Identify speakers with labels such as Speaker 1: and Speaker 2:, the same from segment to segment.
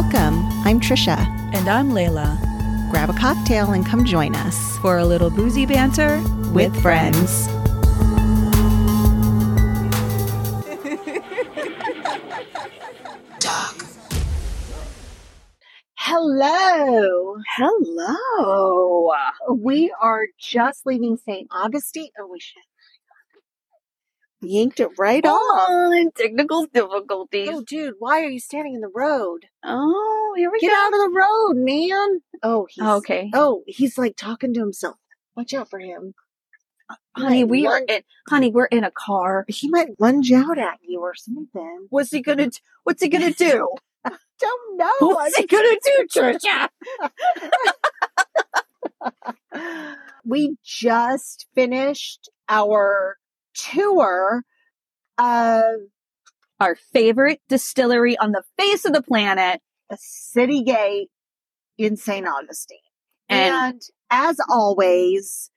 Speaker 1: I'm Trisha.
Speaker 2: And I'm Layla
Speaker 1: Grab a cocktail and come join us
Speaker 2: for a little boozy banter
Speaker 1: with friends.
Speaker 3: Hello. Hello. We are just leaving St. Augustine. Oh, we should.
Speaker 1: Yanked it right
Speaker 3: Oh,
Speaker 1: off.
Speaker 3: on. Technical difficulties.
Speaker 1: Oh,
Speaker 3: Oh,
Speaker 1: dude, why are you standing in the road?
Speaker 3: here we
Speaker 1: Get
Speaker 3: go.
Speaker 1: out of the road, man. Oh, he's
Speaker 3: Oh, okay.
Speaker 1: Oh, he's like talking to himself. Watch out for him.
Speaker 3: honey, we are
Speaker 1: might
Speaker 3: in, honey, we're in a car.
Speaker 1: He might lunge out at you or something.
Speaker 3: What's he gonna, t- what's he gonna do?
Speaker 1: Don't know.
Speaker 3: what's he gonna do, Trisha?
Speaker 1: we just finished our tour of
Speaker 3: Our favorite distillery on the face of the planet.
Speaker 1: the city gate in St. Augustine.
Speaker 3: And- Oh
Speaker 1: And as always,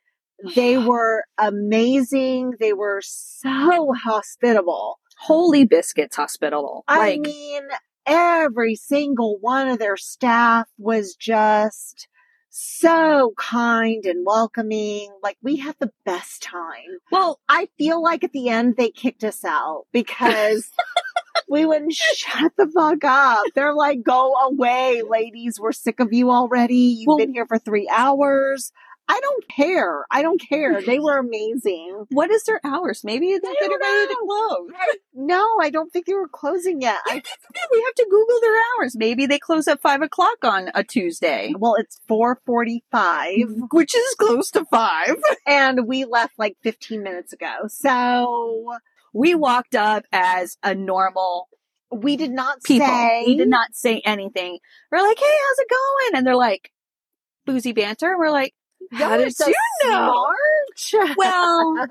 Speaker 1: they were amazing. They were so hospitable.
Speaker 3: Holy Biscuits Hospital.
Speaker 1: I mean, every single one of their staff was just so kind and welcoming. Like we had the best time.
Speaker 3: well,
Speaker 1: I feel like at the end they kicked us out because we wouldn't shut the fuck up. They're like, go away, ladies. We're sick of you already. You've
Speaker 3: Well-
Speaker 1: been here for three hours. I don't care. I don't care. They were amazing.
Speaker 3: what is their hours? Maybe they're
Speaker 1: I
Speaker 3: getting
Speaker 1: don't
Speaker 3: ready to close.
Speaker 1: No, I don't think they were closing yet. I,
Speaker 3: we have to Google their hours. Maybe they close at five o'clock on a Tuesday,
Speaker 1: well, it's 445
Speaker 3: which is close to five.
Speaker 1: and we left like 15 minutes ago. So
Speaker 3: We walked up as a normal
Speaker 1: we did not
Speaker 3: people.
Speaker 1: say.
Speaker 3: We did not say anything. We're like, hey, how's it going? And they're like, boozy banter. We're like,
Speaker 1: Y'all
Speaker 3: How
Speaker 1: are
Speaker 3: did
Speaker 1: so
Speaker 3: you know?
Speaker 1: smart.
Speaker 3: well,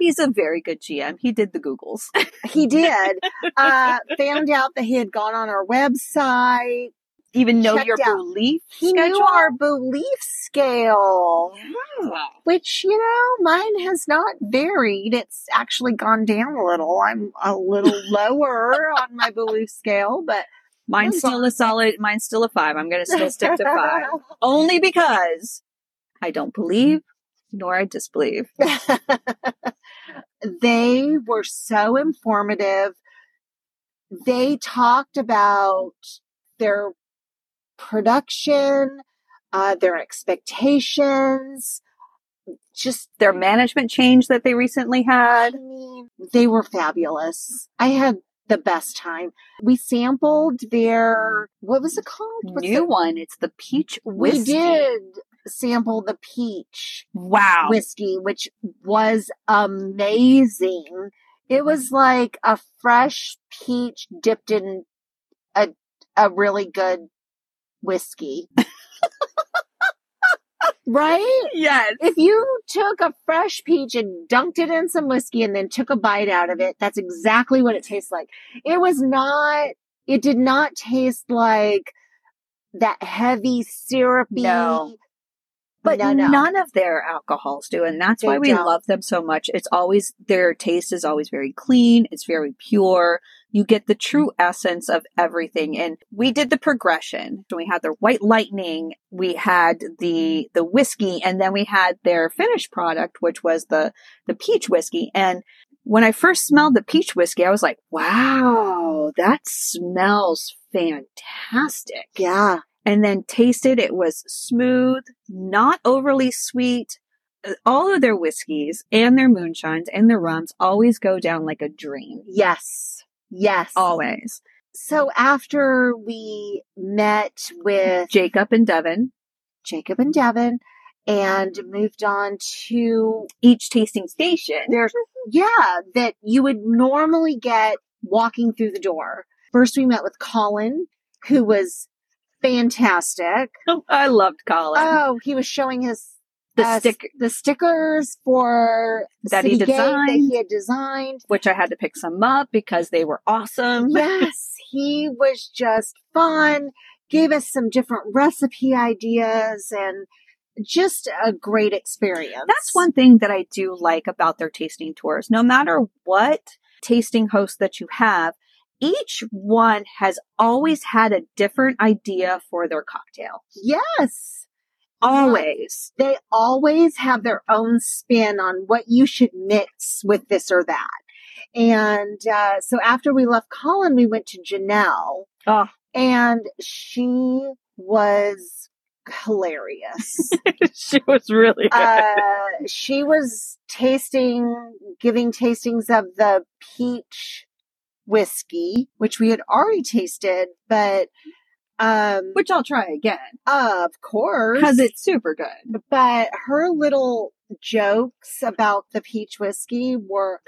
Speaker 3: he's a very good GM. He did the Googles.
Speaker 1: He did. uh, found out that he had gone on our website.
Speaker 3: Even know
Speaker 1: Checked
Speaker 3: your
Speaker 1: out.
Speaker 3: belief
Speaker 1: He
Speaker 3: schedule.
Speaker 1: knew our belief scale,
Speaker 3: Oh,
Speaker 1: which, you know, mine has not varied. It's actually gone down a little. I'm a little lower on my belief scale, but
Speaker 3: Mine's still a solid. Mine's still a five. I'm gonna still stick to five, only because I don't believe nor I disbelieve.
Speaker 1: they were so informative. They talked about their production, uh, their expectations. Just,
Speaker 3: Their management change that they recently
Speaker 1: I
Speaker 3: had.
Speaker 1: mean, they were fabulous. I had the best time. We sampled their, what was it called? What's
Speaker 3: New
Speaker 1: it-
Speaker 3: one. It's the peach whiskey.
Speaker 1: We did sample the peach
Speaker 3: Wow.
Speaker 1: whiskey, which was amazing. It was like a fresh peach dipped in a a really good whiskey. right?
Speaker 3: yes.
Speaker 1: If you took a fresh peach and dunked it in some whiskey and then took a bite out of it, that's exactly what it tastes like. It was not it did not taste like that heavy syrupy
Speaker 3: No. But
Speaker 1: No, no.
Speaker 3: none of their alcohols do, and that's
Speaker 1: They
Speaker 3: why we
Speaker 1: don't.
Speaker 3: love them so much. It's always their taste is always very clean. It's very pure. You get the true
Speaker 1: Mm.
Speaker 3: essence of everything. And we did the progression. So we had their white lightning, we had the the whiskey, and then we had their finished product, which was the the peach whiskey. And when I first smelled the peach whiskey, I was like, "Wow, that smells fantastic."
Speaker 1: Yeah.
Speaker 3: and then tasted it was smooth, not overly sweet. All of their whiskeys and their moonshines and their rums always go down like a dream.
Speaker 1: Yes. Yes.
Speaker 3: Always.
Speaker 1: So after we met with
Speaker 3: Jacob and Devin
Speaker 1: Jacob and Devin and moved on to
Speaker 3: each tasting station.
Speaker 1: their, yeah, that you would normally get walking through the door. First, we met with Colin, who was fantastic.
Speaker 3: I loved Colin.
Speaker 1: Oh, he was showing his
Speaker 3: the
Speaker 1: uh,
Speaker 3: stick,
Speaker 1: the stickers for
Speaker 3: That he
Speaker 1: City Gate that
Speaker 3: designed.
Speaker 1: he had designed.
Speaker 3: which I had to pick some up because they were awesome.
Speaker 1: yes, he was just fun. Gave us some different recipe ideas and just a great experience.
Speaker 3: That's one thing that I do like about their tasting tours. No matter what tasting host that you have, each one has always had a different idea for their cocktail.
Speaker 1: Yes.
Speaker 3: Always.
Speaker 1: They always have their own spin on what you should mix with this or that. And uh, so after we left Colin, we went to Janelle.
Speaker 3: Oh.
Speaker 1: And she was hilarious.
Speaker 3: she was really good.
Speaker 1: uh, she was tasting, giving tastings of the peach whiskey, which we had already tasted, but um, uh,
Speaker 3: Which I'll try again
Speaker 1: of course,
Speaker 3: because it's super good.
Speaker 1: but her little jokes about the peach whiskey were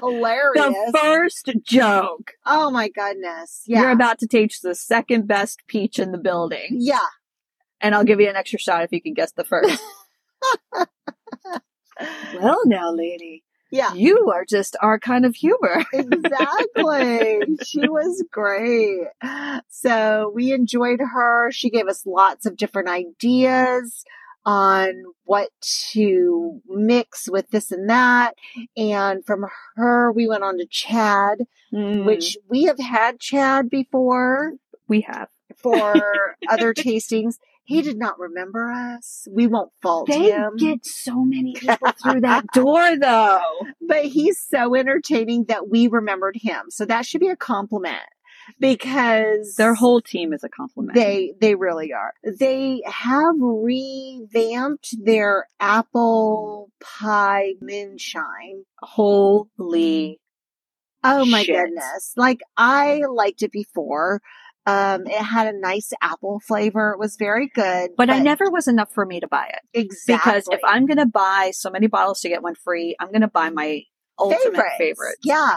Speaker 1: hilarious.
Speaker 3: The first joke.
Speaker 1: oh my goodness! Yeah,
Speaker 3: You're about to taste the second best peach in the building.
Speaker 1: yeah.
Speaker 3: and I'll give you an extra shot if you can guess the first. well, now, lady,
Speaker 1: Yeah,
Speaker 3: you are just our kind of humor.
Speaker 1: exactly. she was great. So we enjoyed her. She gave us lots of different ideas on what to mix with this and that. And from her, we went on to Chad,
Speaker 3: Which
Speaker 1: which we have had Chad before.
Speaker 3: we have.
Speaker 1: for other tastings. He did not remember us. We won't fault him.
Speaker 3: get so many people through that door, though.
Speaker 1: but he's so entertaining that we remembered him. So that should be a compliment because
Speaker 3: Their whole team is a compliment.
Speaker 1: they they really are. They have revamped their apple pie moonshine.
Speaker 3: Holy.
Speaker 1: Oh my
Speaker 3: Shit.
Speaker 1: goodness. Like I liked it before. Um it had a nice apple flavor. It was very good.
Speaker 3: But, I never was enough for me to buy it.
Speaker 1: exactly
Speaker 3: Because if I'm going to buy so many bottles to get one free, I'm going to buy my ultimate
Speaker 1: Favorites.
Speaker 3: favorite.
Speaker 1: Yeah.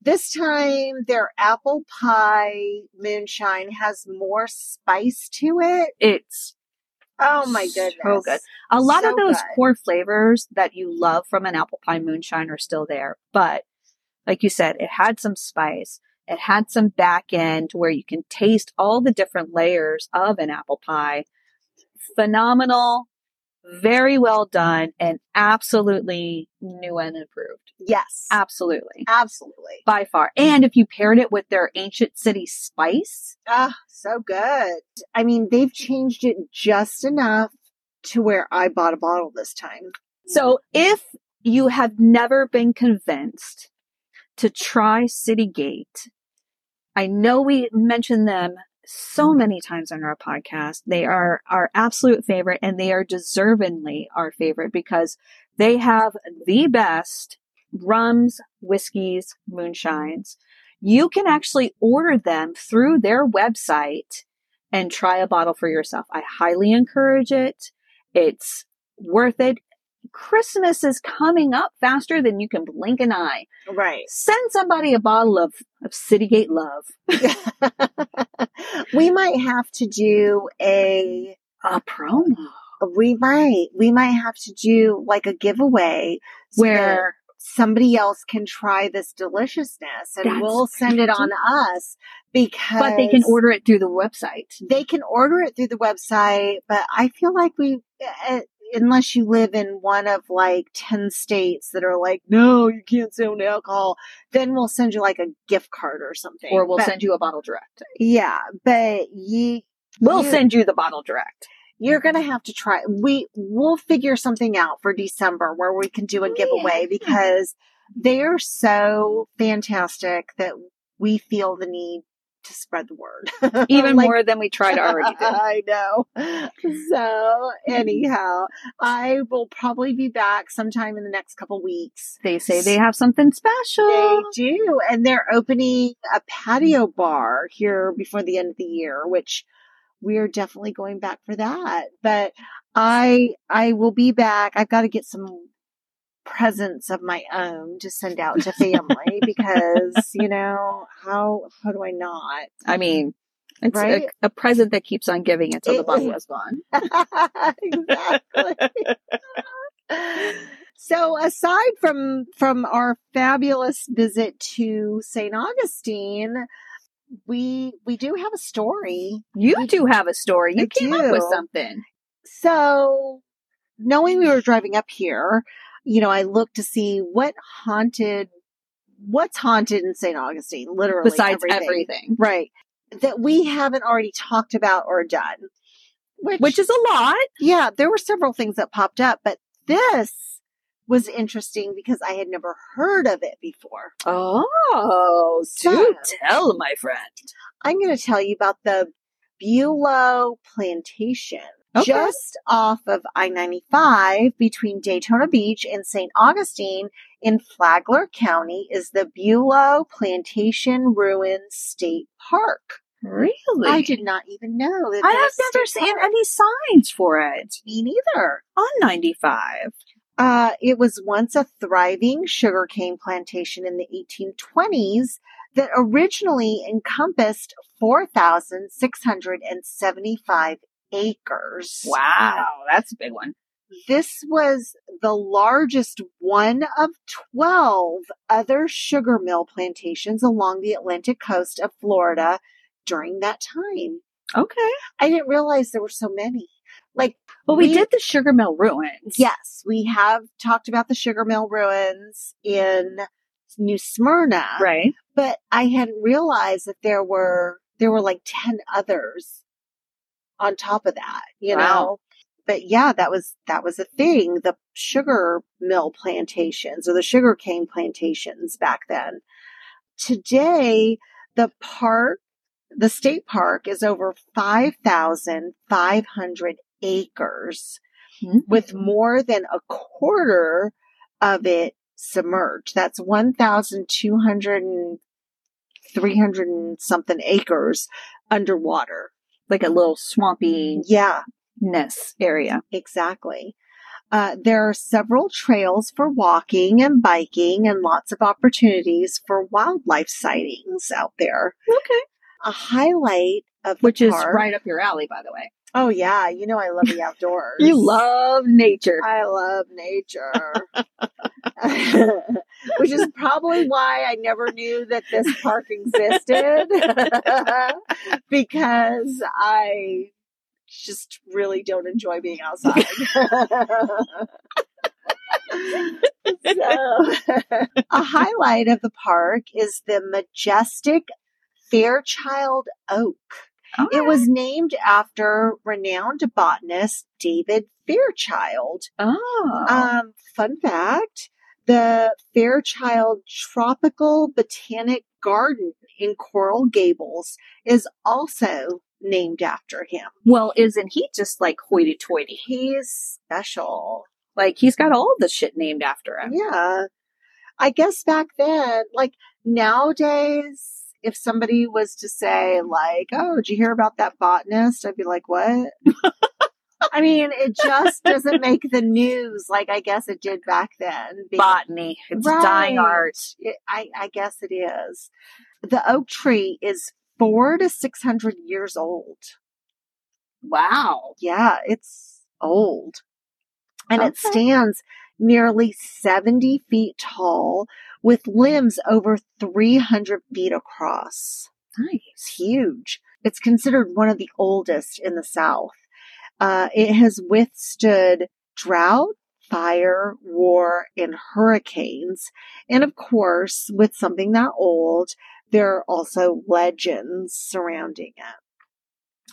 Speaker 1: This time their apple pie moonshine has more spice to it.
Speaker 3: It's
Speaker 1: Oh my
Speaker 3: So
Speaker 1: goodness.
Speaker 3: good. A lot
Speaker 1: So
Speaker 3: of those
Speaker 1: good.
Speaker 3: core flavors that you love from an apple pie moonshine are still there. But like you said, it had some spice. It had some back end where you can taste all the different layers of an apple pie. Phenomenal, very well done, and absolutely new and improved.
Speaker 1: Yes.
Speaker 3: Absolutely.
Speaker 1: Absolutely.
Speaker 3: By far. And if you paired it with their ancient city spice,
Speaker 1: Ah, so good. I mean, they've changed it just enough to where I bought a bottle this time.
Speaker 3: So if you have never been convinced to try City Gate, I know we mentioned them so many times on our podcast. They are our absolute favorite and they are deservingly our favorite because they have the best rums, whiskeys, moonshines. You can actually order them through their website and try a bottle for yourself. I highly encourage it. It's worth it. Christmas is coming up faster than you can blink an eye.
Speaker 1: Right.
Speaker 3: Send somebody a bottle of, of Citygate Love.
Speaker 1: we might have to do a
Speaker 3: A promo.
Speaker 1: we might we might have to do like a giveaway so that-
Speaker 3: Where
Speaker 1: somebody else can try this deliciousness and
Speaker 3: That's
Speaker 1: we'll send it on us because
Speaker 3: but they can order it through the website.
Speaker 1: they can order it through the website but i feel like we uh, unless you live in one of like 10 states that are like no you can't sell alcohol then we'll send you like a gift card or something
Speaker 3: Or we'll
Speaker 1: But-
Speaker 3: send you a bottle direct.
Speaker 1: yeah but you
Speaker 3: We'll
Speaker 1: you-
Speaker 3: send you the bottle direct.
Speaker 1: you're gonna
Speaker 3: Mm-hmm.
Speaker 1: have to try we we'll figure something out for december where we can do a
Speaker 3: Oh, Yeah.
Speaker 1: giveaway because they are so fantastic that we feel the need to spread the word
Speaker 3: Even
Speaker 1: Like,
Speaker 3: more than we tried to already do.
Speaker 1: i know so anyhow i will probably be back sometime in the next couple weeks
Speaker 3: They say they have something
Speaker 1: they
Speaker 3: special.
Speaker 1: do and they're opening a patio bar here before the end of the year which we're definitely going back for that but i i will be back i've got to get some presents of my own to send out to family because you know how how do i not
Speaker 3: I mean, it's
Speaker 1: Right?
Speaker 3: a, a present that keeps on giving until the
Speaker 1: It-
Speaker 3: bottle is gone.
Speaker 1: exactly. so aside from from our fabulous visit to St. Augustine, we we do have a story.
Speaker 3: You do have a story. You
Speaker 1: I
Speaker 3: came up with
Speaker 1: do.
Speaker 3: something.
Speaker 1: So knowing we were driving up here, you know, I looked to see what haunted what's haunted in St. Augustine? Literally
Speaker 3: besides everything,
Speaker 1: Right. That we haven't already talked about or done.
Speaker 3: which is a lot.
Speaker 1: Yeah, there were several things that popped up, but this was interesting because I had never heard of it before.
Speaker 3: Oh,
Speaker 1: So-
Speaker 3: tell, my friend.
Speaker 1: I'm going to tell you about the Bulow Plantation.
Speaker 3: Okay.
Speaker 1: Just off of I 95 between Daytona Beach and St. Augustine in Flagler County is the Bulow Plantation Ruins State Park.
Speaker 3: Really?
Speaker 1: I did not even know that.
Speaker 3: I
Speaker 1: there
Speaker 3: have
Speaker 1: was
Speaker 3: never
Speaker 1: state
Speaker 3: seen
Speaker 1: park.
Speaker 3: any signs for it
Speaker 1: Me neither.
Speaker 3: on 95.
Speaker 1: Uh, it was once a thriving sugarcane plantation in the 1820s that originally encompassed 4,675 acres.
Speaker 3: Wow, that's a big one.
Speaker 1: This was the largest one of 12 other sugar mill plantations along the Atlantic coast of Florida during that time.
Speaker 3: Okay.
Speaker 1: I didn't realize there were so many. Like,
Speaker 3: Well, we,
Speaker 1: We-
Speaker 3: did the Sugar Mill Ruins.
Speaker 1: Yes, we have talked about the sugar mill ruins in New Smyrna,
Speaker 3: Right.
Speaker 1: but I hadn't realized that there were there were like ten others on top of that, you
Speaker 3: Wow.
Speaker 1: know. But yeah, that was that was a thing. The sugar mill plantations or the sugar cane plantations back then. Today, the park, the state park, is over five thousand five hundred acres with more than a quarter of it submerged. That's 1,200 and 300 and something acres underwater.
Speaker 3: like a little swampiness
Speaker 1: Yeah,
Speaker 3: area.
Speaker 1: exactly. Uh, there are several trails for walking and biking and lots of opportunities for wildlife sightings out there.
Speaker 3: Okay.
Speaker 1: A highlight of the
Speaker 3: Which is
Speaker 1: park-
Speaker 3: right up your alley, by the way.
Speaker 1: Oh yeah, you know I love the outdoors.
Speaker 3: love nature.
Speaker 1: I love nature. Which is probably why I never knew that this park existed because I just really don't enjoy being outside. so, a highlight of the park is the majestic Fairchild Oak.
Speaker 3: Oh,
Speaker 1: It was named after renowned botanist David Fairchild.
Speaker 3: Oh.
Speaker 1: Um, fun fact the Fairchild Tropical Botanic Garden in Coral Gables is also named after him.
Speaker 3: well, isn't he just like hoity toity?
Speaker 1: He's special.
Speaker 3: Like he's got all the shit named after him.
Speaker 1: Yeah. I guess back then, like nowadays, if somebody was to say, like, oh, did you hear about that botanist? I'd be like, what? I mean, it just doesn't make the news like I guess it did back then. because-
Speaker 3: Botany. It's dying
Speaker 1: Right.
Speaker 3: art.
Speaker 1: it, I, I guess it is. The oak tree is four to 600 years old.
Speaker 3: Wow.
Speaker 1: Yeah, it's old. And it
Speaker 3: Okay.
Speaker 1: stands nearly 70 feet tall with limbs over 300 feet across. It's
Speaker 3: Nice.
Speaker 1: huge. It's considered one of the oldest in the South. Uh, it has withstood drought, fire, war, and hurricanes. And of course, with something that old, there are also legends surrounding it.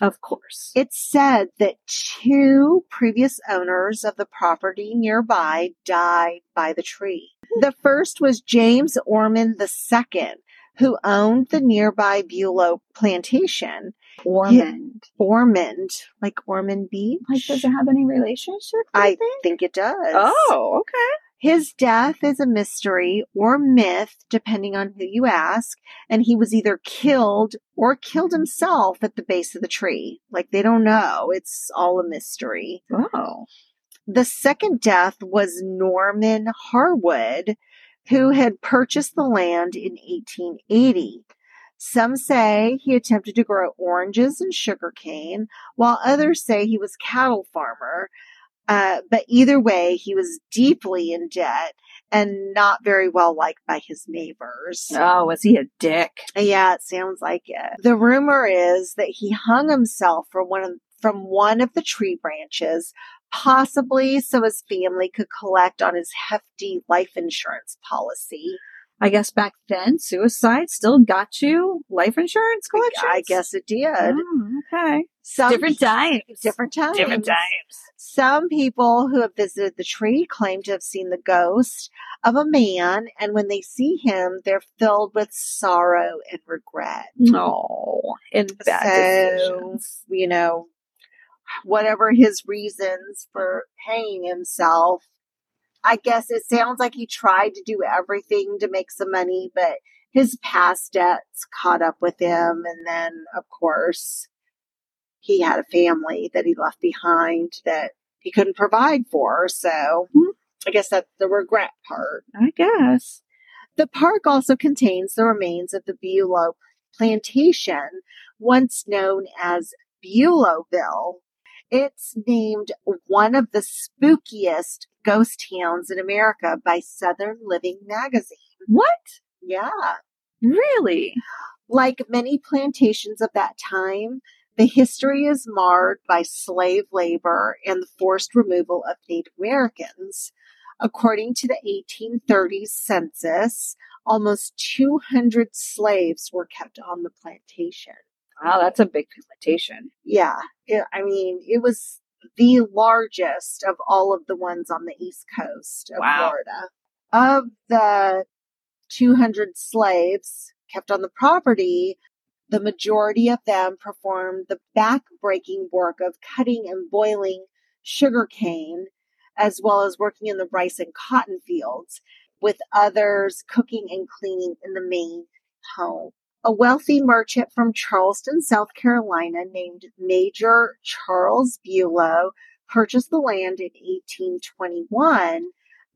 Speaker 3: Of course.
Speaker 1: It said that two previous owners of the property nearby died by the tree. The first was James Orman II, who owned the nearby Bulow plantation.
Speaker 3: Ormond.
Speaker 1: Ormond, like Ormond Beach?
Speaker 3: Like, does it have any relationship? do you
Speaker 1: I
Speaker 3: think?
Speaker 1: think it does.
Speaker 3: Oh, okay.
Speaker 1: His death is a mystery or myth, depending on who you ask. And he was either killed or killed himself at the base of the tree. Like they don't know. It's all a mystery.
Speaker 3: Oh.
Speaker 1: The second death was Norman Harwood, who had purchased the land in 1880. Some say he attempted to grow oranges and sugarcane, while others say he was cattle farmer. Uh, but either way, he was deeply in debt and not very well liked by his neighbors.
Speaker 3: Oh, was he a dick?
Speaker 1: Yeah, it sounds like it. The rumor is that he hung himself from one of, from one of the tree branches, possibly so his family could collect on his hefty life insurance policy.
Speaker 3: I guess back then suicide still got you life insurance collection.
Speaker 1: I guess it did.
Speaker 3: okay.
Speaker 1: Some
Speaker 3: Mm-hmm. Different times.
Speaker 1: different times.
Speaker 3: Different times.
Speaker 1: Some people who have visited the tree claim to have seen the ghost of a man, and when they see him, they're filled with sorrow and regret.
Speaker 3: No, and bad
Speaker 1: So-
Speaker 3: decisions.
Speaker 1: You know, whatever his reasons for hanging himself, I guess it sounds like he tried to do everything to make some money, but his past debts caught up with him. And then, of course, he had a family that he left behind that he couldn't provide for. So
Speaker 3: Hmm.
Speaker 1: I guess that's the regret part.
Speaker 3: I guess.
Speaker 1: The park also contains the remains of the Bulow plantation, once known as Bulowville. It's named one of the spookiest ghost towns in America by Southern Living magazine.
Speaker 3: What?
Speaker 1: Yeah.
Speaker 3: Really?
Speaker 1: Like many plantations of that time, the history is marred by slave labor and the forced removal of Native Americans. According to the 1830s census, almost 200 slaves were kept on the plantation.
Speaker 3: Wow, that's a big plantation.
Speaker 1: Yeah, it- I mean, it was the largest of all of the ones on the East Coast of
Speaker 3: Wow.
Speaker 1: Florida. Of the 200 slaves kept on the property, the majority of them performed the back-breaking work of cutting and boiling sugar cane, as well as working in the rice and cotton fields, with others cooking and cleaning in the main home a wealthy merchant from Charleston, South Carolina, named Major Charles Bulow, purchased the land in 1821,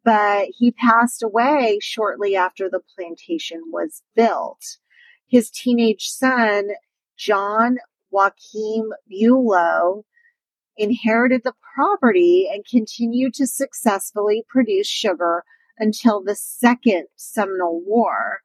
Speaker 1: but he passed away shortly after the plantation was built. His teenage son, John Joachim Bulow, inherited the property and continued to successfully produce sugar until the Second Seminole War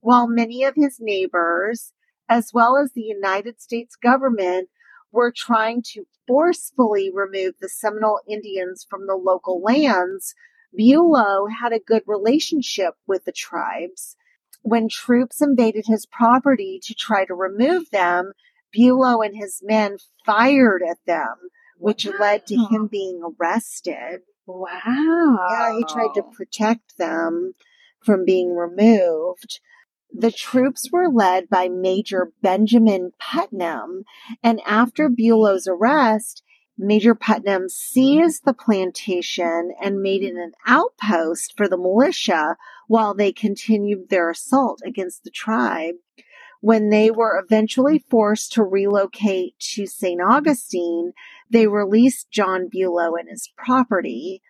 Speaker 1: while many of his neighbors, as well as the United States government, were trying to forcefully remove the Seminole Indians from the local lands, Bulow had a good relationship with the tribes. When troops invaded his property to try to remove them, Bulow and his men fired at them, which led to him being arrested.
Speaker 3: Wow.
Speaker 1: Yeah, he tried to protect them from being removed. The troops were led by Major Benjamin Putnam, and after Bulow's arrest, Major Putnam seized the plantation and made it an outpost for the militia while they continued their assault against the tribe. When they were eventually forced to relocate to St. Augustine, they released John Bulow and his property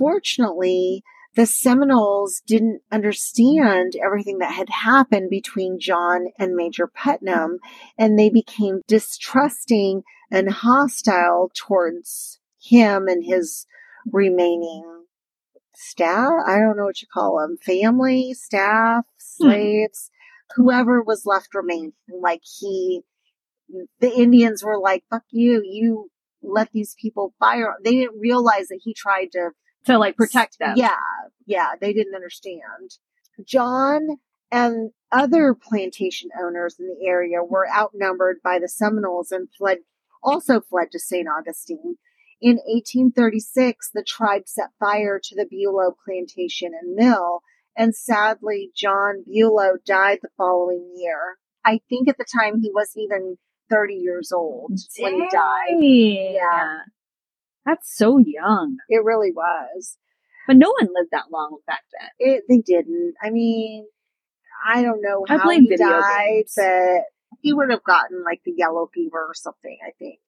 Speaker 1: unfortunately, the Seminoles didn't understand everything that had happened between John and Major Putnam, and they became distrusting and hostile towards him and his remaining staff. I don't know what you call them family, staff,
Speaker 3: Hmm.
Speaker 1: slaves, whoever was left remaining. Like he, the Indians were like, fuck you, you let these people fire. They didn't realize that he tried to
Speaker 3: to like protect them.
Speaker 1: yeah, yeah, they didn't understand. John and other plantation owners in the area were outnumbered by the Seminoles and fled, also fled to St. Augustine. In 1836, the tribe set fire to the Bulow plantation and mill, and sadly, John Bulow died the following year. I think at the time he wasn't even 30 years old when he died.
Speaker 3: Yeah. That's so young.
Speaker 1: It really was.
Speaker 3: But no one lived that long back then.
Speaker 1: It, they didn't. I mean, I don't know
Speaker 3: I
Speaker 1: how
Speaker 3: blame
Speaker 1: he
Speaker 3: video
Speaker 1: died,
Speaker 3: games.
Speaker 1: but he would have gotten like the yellow fever or something. I think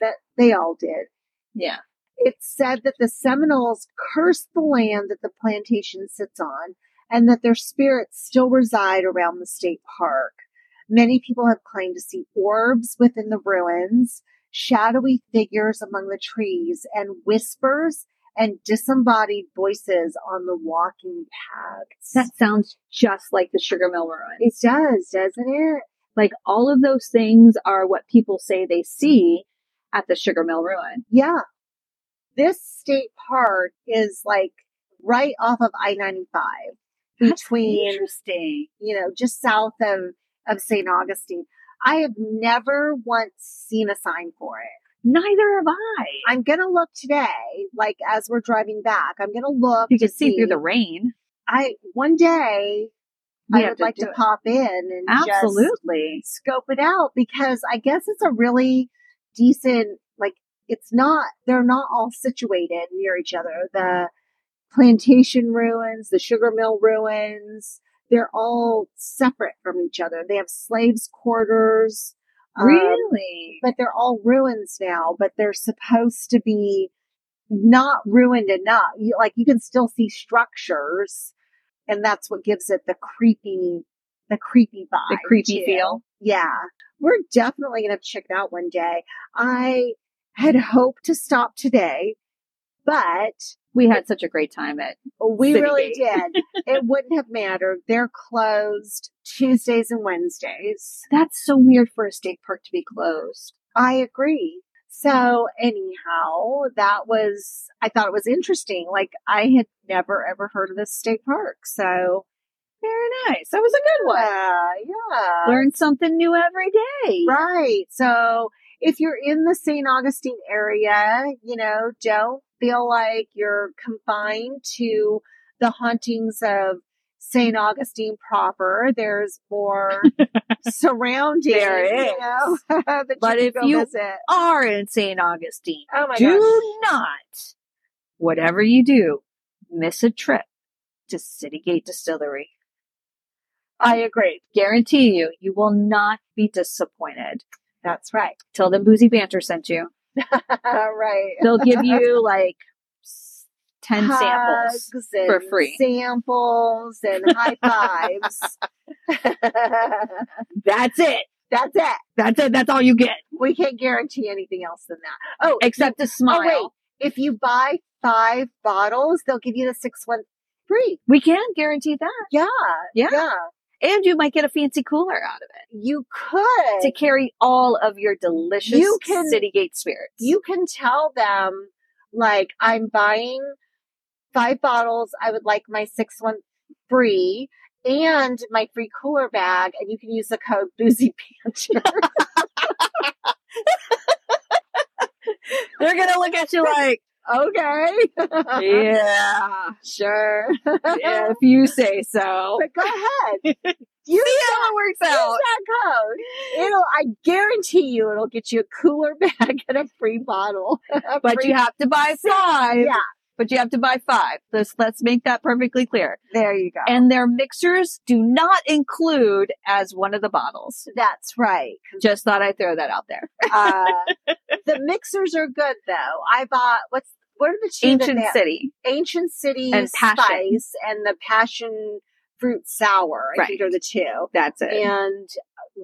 Speaker 1: that they all did.
Speaker 3: Yeah.
Speaker 1: It's said that the Seminoles cursed the land that the plantation sits on, and that their spirits still reside around the state park. Many people have claimed to see orbs within the ruins, shadowy figures among the trees, and whispers and disembodied voices on the walking paths.
Speaker 3: That sounds just like the sugar mill ruins.
Speaker 1: It does, doesn't it?
Speaker 3: like all of those things are what people say they see at the sugar mill ruin.
Speaker 1: Yeah. This state park is like right off of I 95. between
Speaker 4: Interesting.
Speaker 1: you know, just south of, of St. Augustine. I have never once seen a sign for it.
Speaker 4: Neither have I.
Speaker 1: I'm going to look today, like as we're driving back, I'm going to look.
Speaker 3: You
Speaker 1: to
Speaker 3: can see through the rain.
Speaker 1: I, one day,
Speaker 4: We
Speaker 1: I
Speaker 4: have
Speaker 1: would like
Speaker 4: do
Speaker 1: to
Speaker 4: it.
Speaker 1: pop in and just
Speaker 4: Absolutely.
Speaker 1: scope it out because I guess it's a really decent, like, it's not, they're not all situated near each other. The plantation ruins, the sugar mill ruins, they're all separate from each other. They have slaves' quarters. um,
Speaker 4: really?
Speaker 1: but they're all ruins now, but they're supposed to be not ruined enough. You, like you can still see structures and that's what gives it the creepy, the creepy vibe.
Speaker 3: The creepy
Speaker 1: too.
Speaker 3: feel.
Speaker 1: Yeah. We're definitely going to check it out one day. I had hoped to stop today, but
Speaker 3: We had such a great time at
Speaker 1: we
Speaker 3: City
Speaker 1: really
Speaker 3: Gate.
Speaker 1: did. It wouldn't have mattered. They're closed Tuesdays and Wednesdays.
Speaker 3: That's so weird for a state park to be closed.
Speaker 1: I agree. So anyhow, that was I thought it was interesting. Like I had never ever heard of this state park. So
Speaker 3: Very nice. That was a
Speaker 1: uh,
Speaker 3: good one.
Speaker 1: yeah.
Speaker 3: Learn something new every day.
Speaker 1: Right. So if you're in the St. Augustine area, you know, don't feel like you're confined to the hauntings of St. Augustine proper. There's more surrounding.
Speaker 3: There
Speaker 1: you
Speaker 3: is.
Speaker 1: know, that you
Speaker 3: But
Speaker 1: can
Speaker 3: if
Speaker 1: go
Speaker 3: you-
Speaker 1: visit.
Speaker 3: Are in St. Augustine.
Speaker 1: Oh my
Speaker 3: do
Speaker 1: gosh.
Speaker 3: not, whatever you do, miss a trip to Citygate Distillery.
Speaker 1: I agree.
Speaker 3: Guarantee you, you will not be disappointed.
Speaker 1: That's right.
Speaker 3: Tell them Boozy Banter sent you.
Speaker 1: right.
Speaker 3: They'll give you like s- 10 samples.
Speaker 1: Hugs and
Speaker 3: for free.
Speaker 1: Samples and high fives.
Speaker 3: That's it.
Speaker 1: That's it.
Speaker 3: That's it. That's all you get.
Speaker 1: We can't guarantee anything else than that. Oh,
Speaker 3: Except a smile.
Speaker 1: if you buy five bottles, they'll give you the sixth one free.
Speaker 3: We can guarantee that.
Speaker 1: Yeah.
Speaker 3: Yeah.
Speaker 1: Yeah.
Speaker 3: And you might get a fancy cooler out of it
Speaker 1: You could.
Speaker 3: to carry all of your delicious
Speaker 1: You can-
Speaker 3: Citygate spirits.
Speaker 1: you can tell them like i'm buying five bottles i would like my sixth one free and my free cooler bag and you can use the code boozy banter
Speaker 3: They're going to look at you like,
Speaker 1: okay uh-huh.
Speaker 3: yeah,
Speaker 1: sure
Speaker 3: if you say so.
Speaker 1: but go ahead use
Speaker 3: See
Speaker 1: that,
Speaker 3: how it works
Speaker 1: use
Speaker 3: out.
Speaker 1: that code it'll i guarantee you it'll get you a cooler bag and a free bottle A
Speaker 3: But
Speaker 1: free-
Speaker 3: you have to buy five.
Speaker 1: yeah
Speaker 3: But you have to buy five. Let's, let's make that perfectly clear.
Speaker 1: there you go
Speaker 3: And their mixers do not include as one of the bottles.
Speaker 1: that's right
Speaker 3: Just thought I'd throw that out there.
Speaker 1: Uh, the mixers are good though. I bought what's what are the two that
Speaker 3: Ancient
Speaker 1: they have?
Speaker 3: City.
Speaker 1: Ancient City
Speaker 3: And Passion.
Speaker 1: Spice and the Passion Fruit Sour. I think
Speaker 3: Right.
Speaker 1: are the two.
Speaker 3: That's it.
Speaker 1: And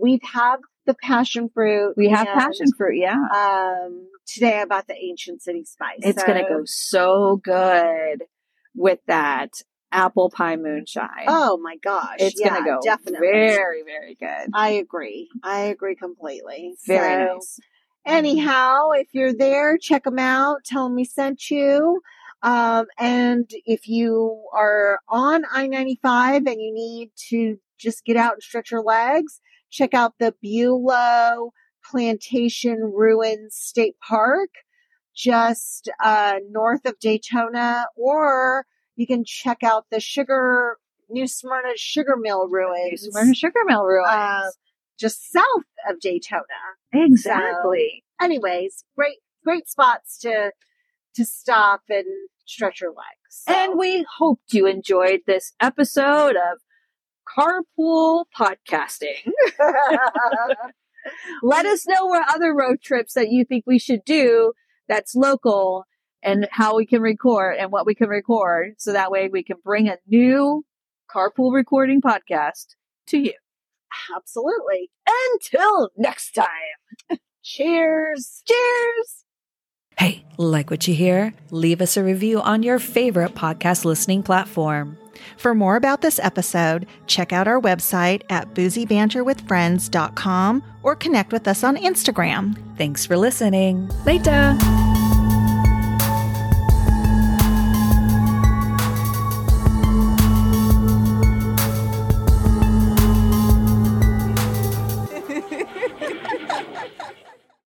Speaker 1: we've had the Passion Fruit.
Speaker 3: we have
Speaker 1: and,
Speaker 3: passion fruit. Yeah.
Speaker 1: Um, today I bought the Ancient City Spice.
Speaker 3: It's going to
Speaker 1: So-
Speaker 3: go so good with that apple pie moonshine.
Speaker 1: Oh my gosh!
Speaker 3: it's
Speaker 1: yeah,
Speaker 3: going to go
Speaker 1: definitely.
Speaker 3: very, very good.
Speaker 1: I agree. I agree completely.
Speaker 3: Very
Speaker 1: So,
Speaker 3: nice.
Speaker 1: anyhow, if you're there, check them out. Tell them we sent you. Um, and if you are on I 95 and you need to just get out and stretch your legs, check out the Bulow Plantation Ruins State Park just uh, north of Daytona, or you can check out the Sugar New Smyrna Sugar Mill Ruins
Speaker 3: Smyrna Sugar Mill ruins.
Speaker 1: uh, just south of Daytona.
Speaker 3: exactly.
Speaker 1: Anyways, great great spots to to stop and stretch your legs. So,
Speaker 3: And we hoped you enjoyed this episode of Carpool Podcasting. Let us know what other road trips that you think we should do that's local and how we can record and what we can record. So that way we can bring a new carpool recording podcast to you.
Speaker 1: absolutely.
Speaker 3: Until next time,
Speaker 1: Cheers.
Speaker 3: cheers.
Speaker 2: Hey, like what you hear? Leave us a review on your favorite podcast listening platform.
Speaker 5: For more about this episode, check out our website at boozybanterwithfriends.com or connect with us on Instagram.
Speaker 2: Thanks for listening. Later.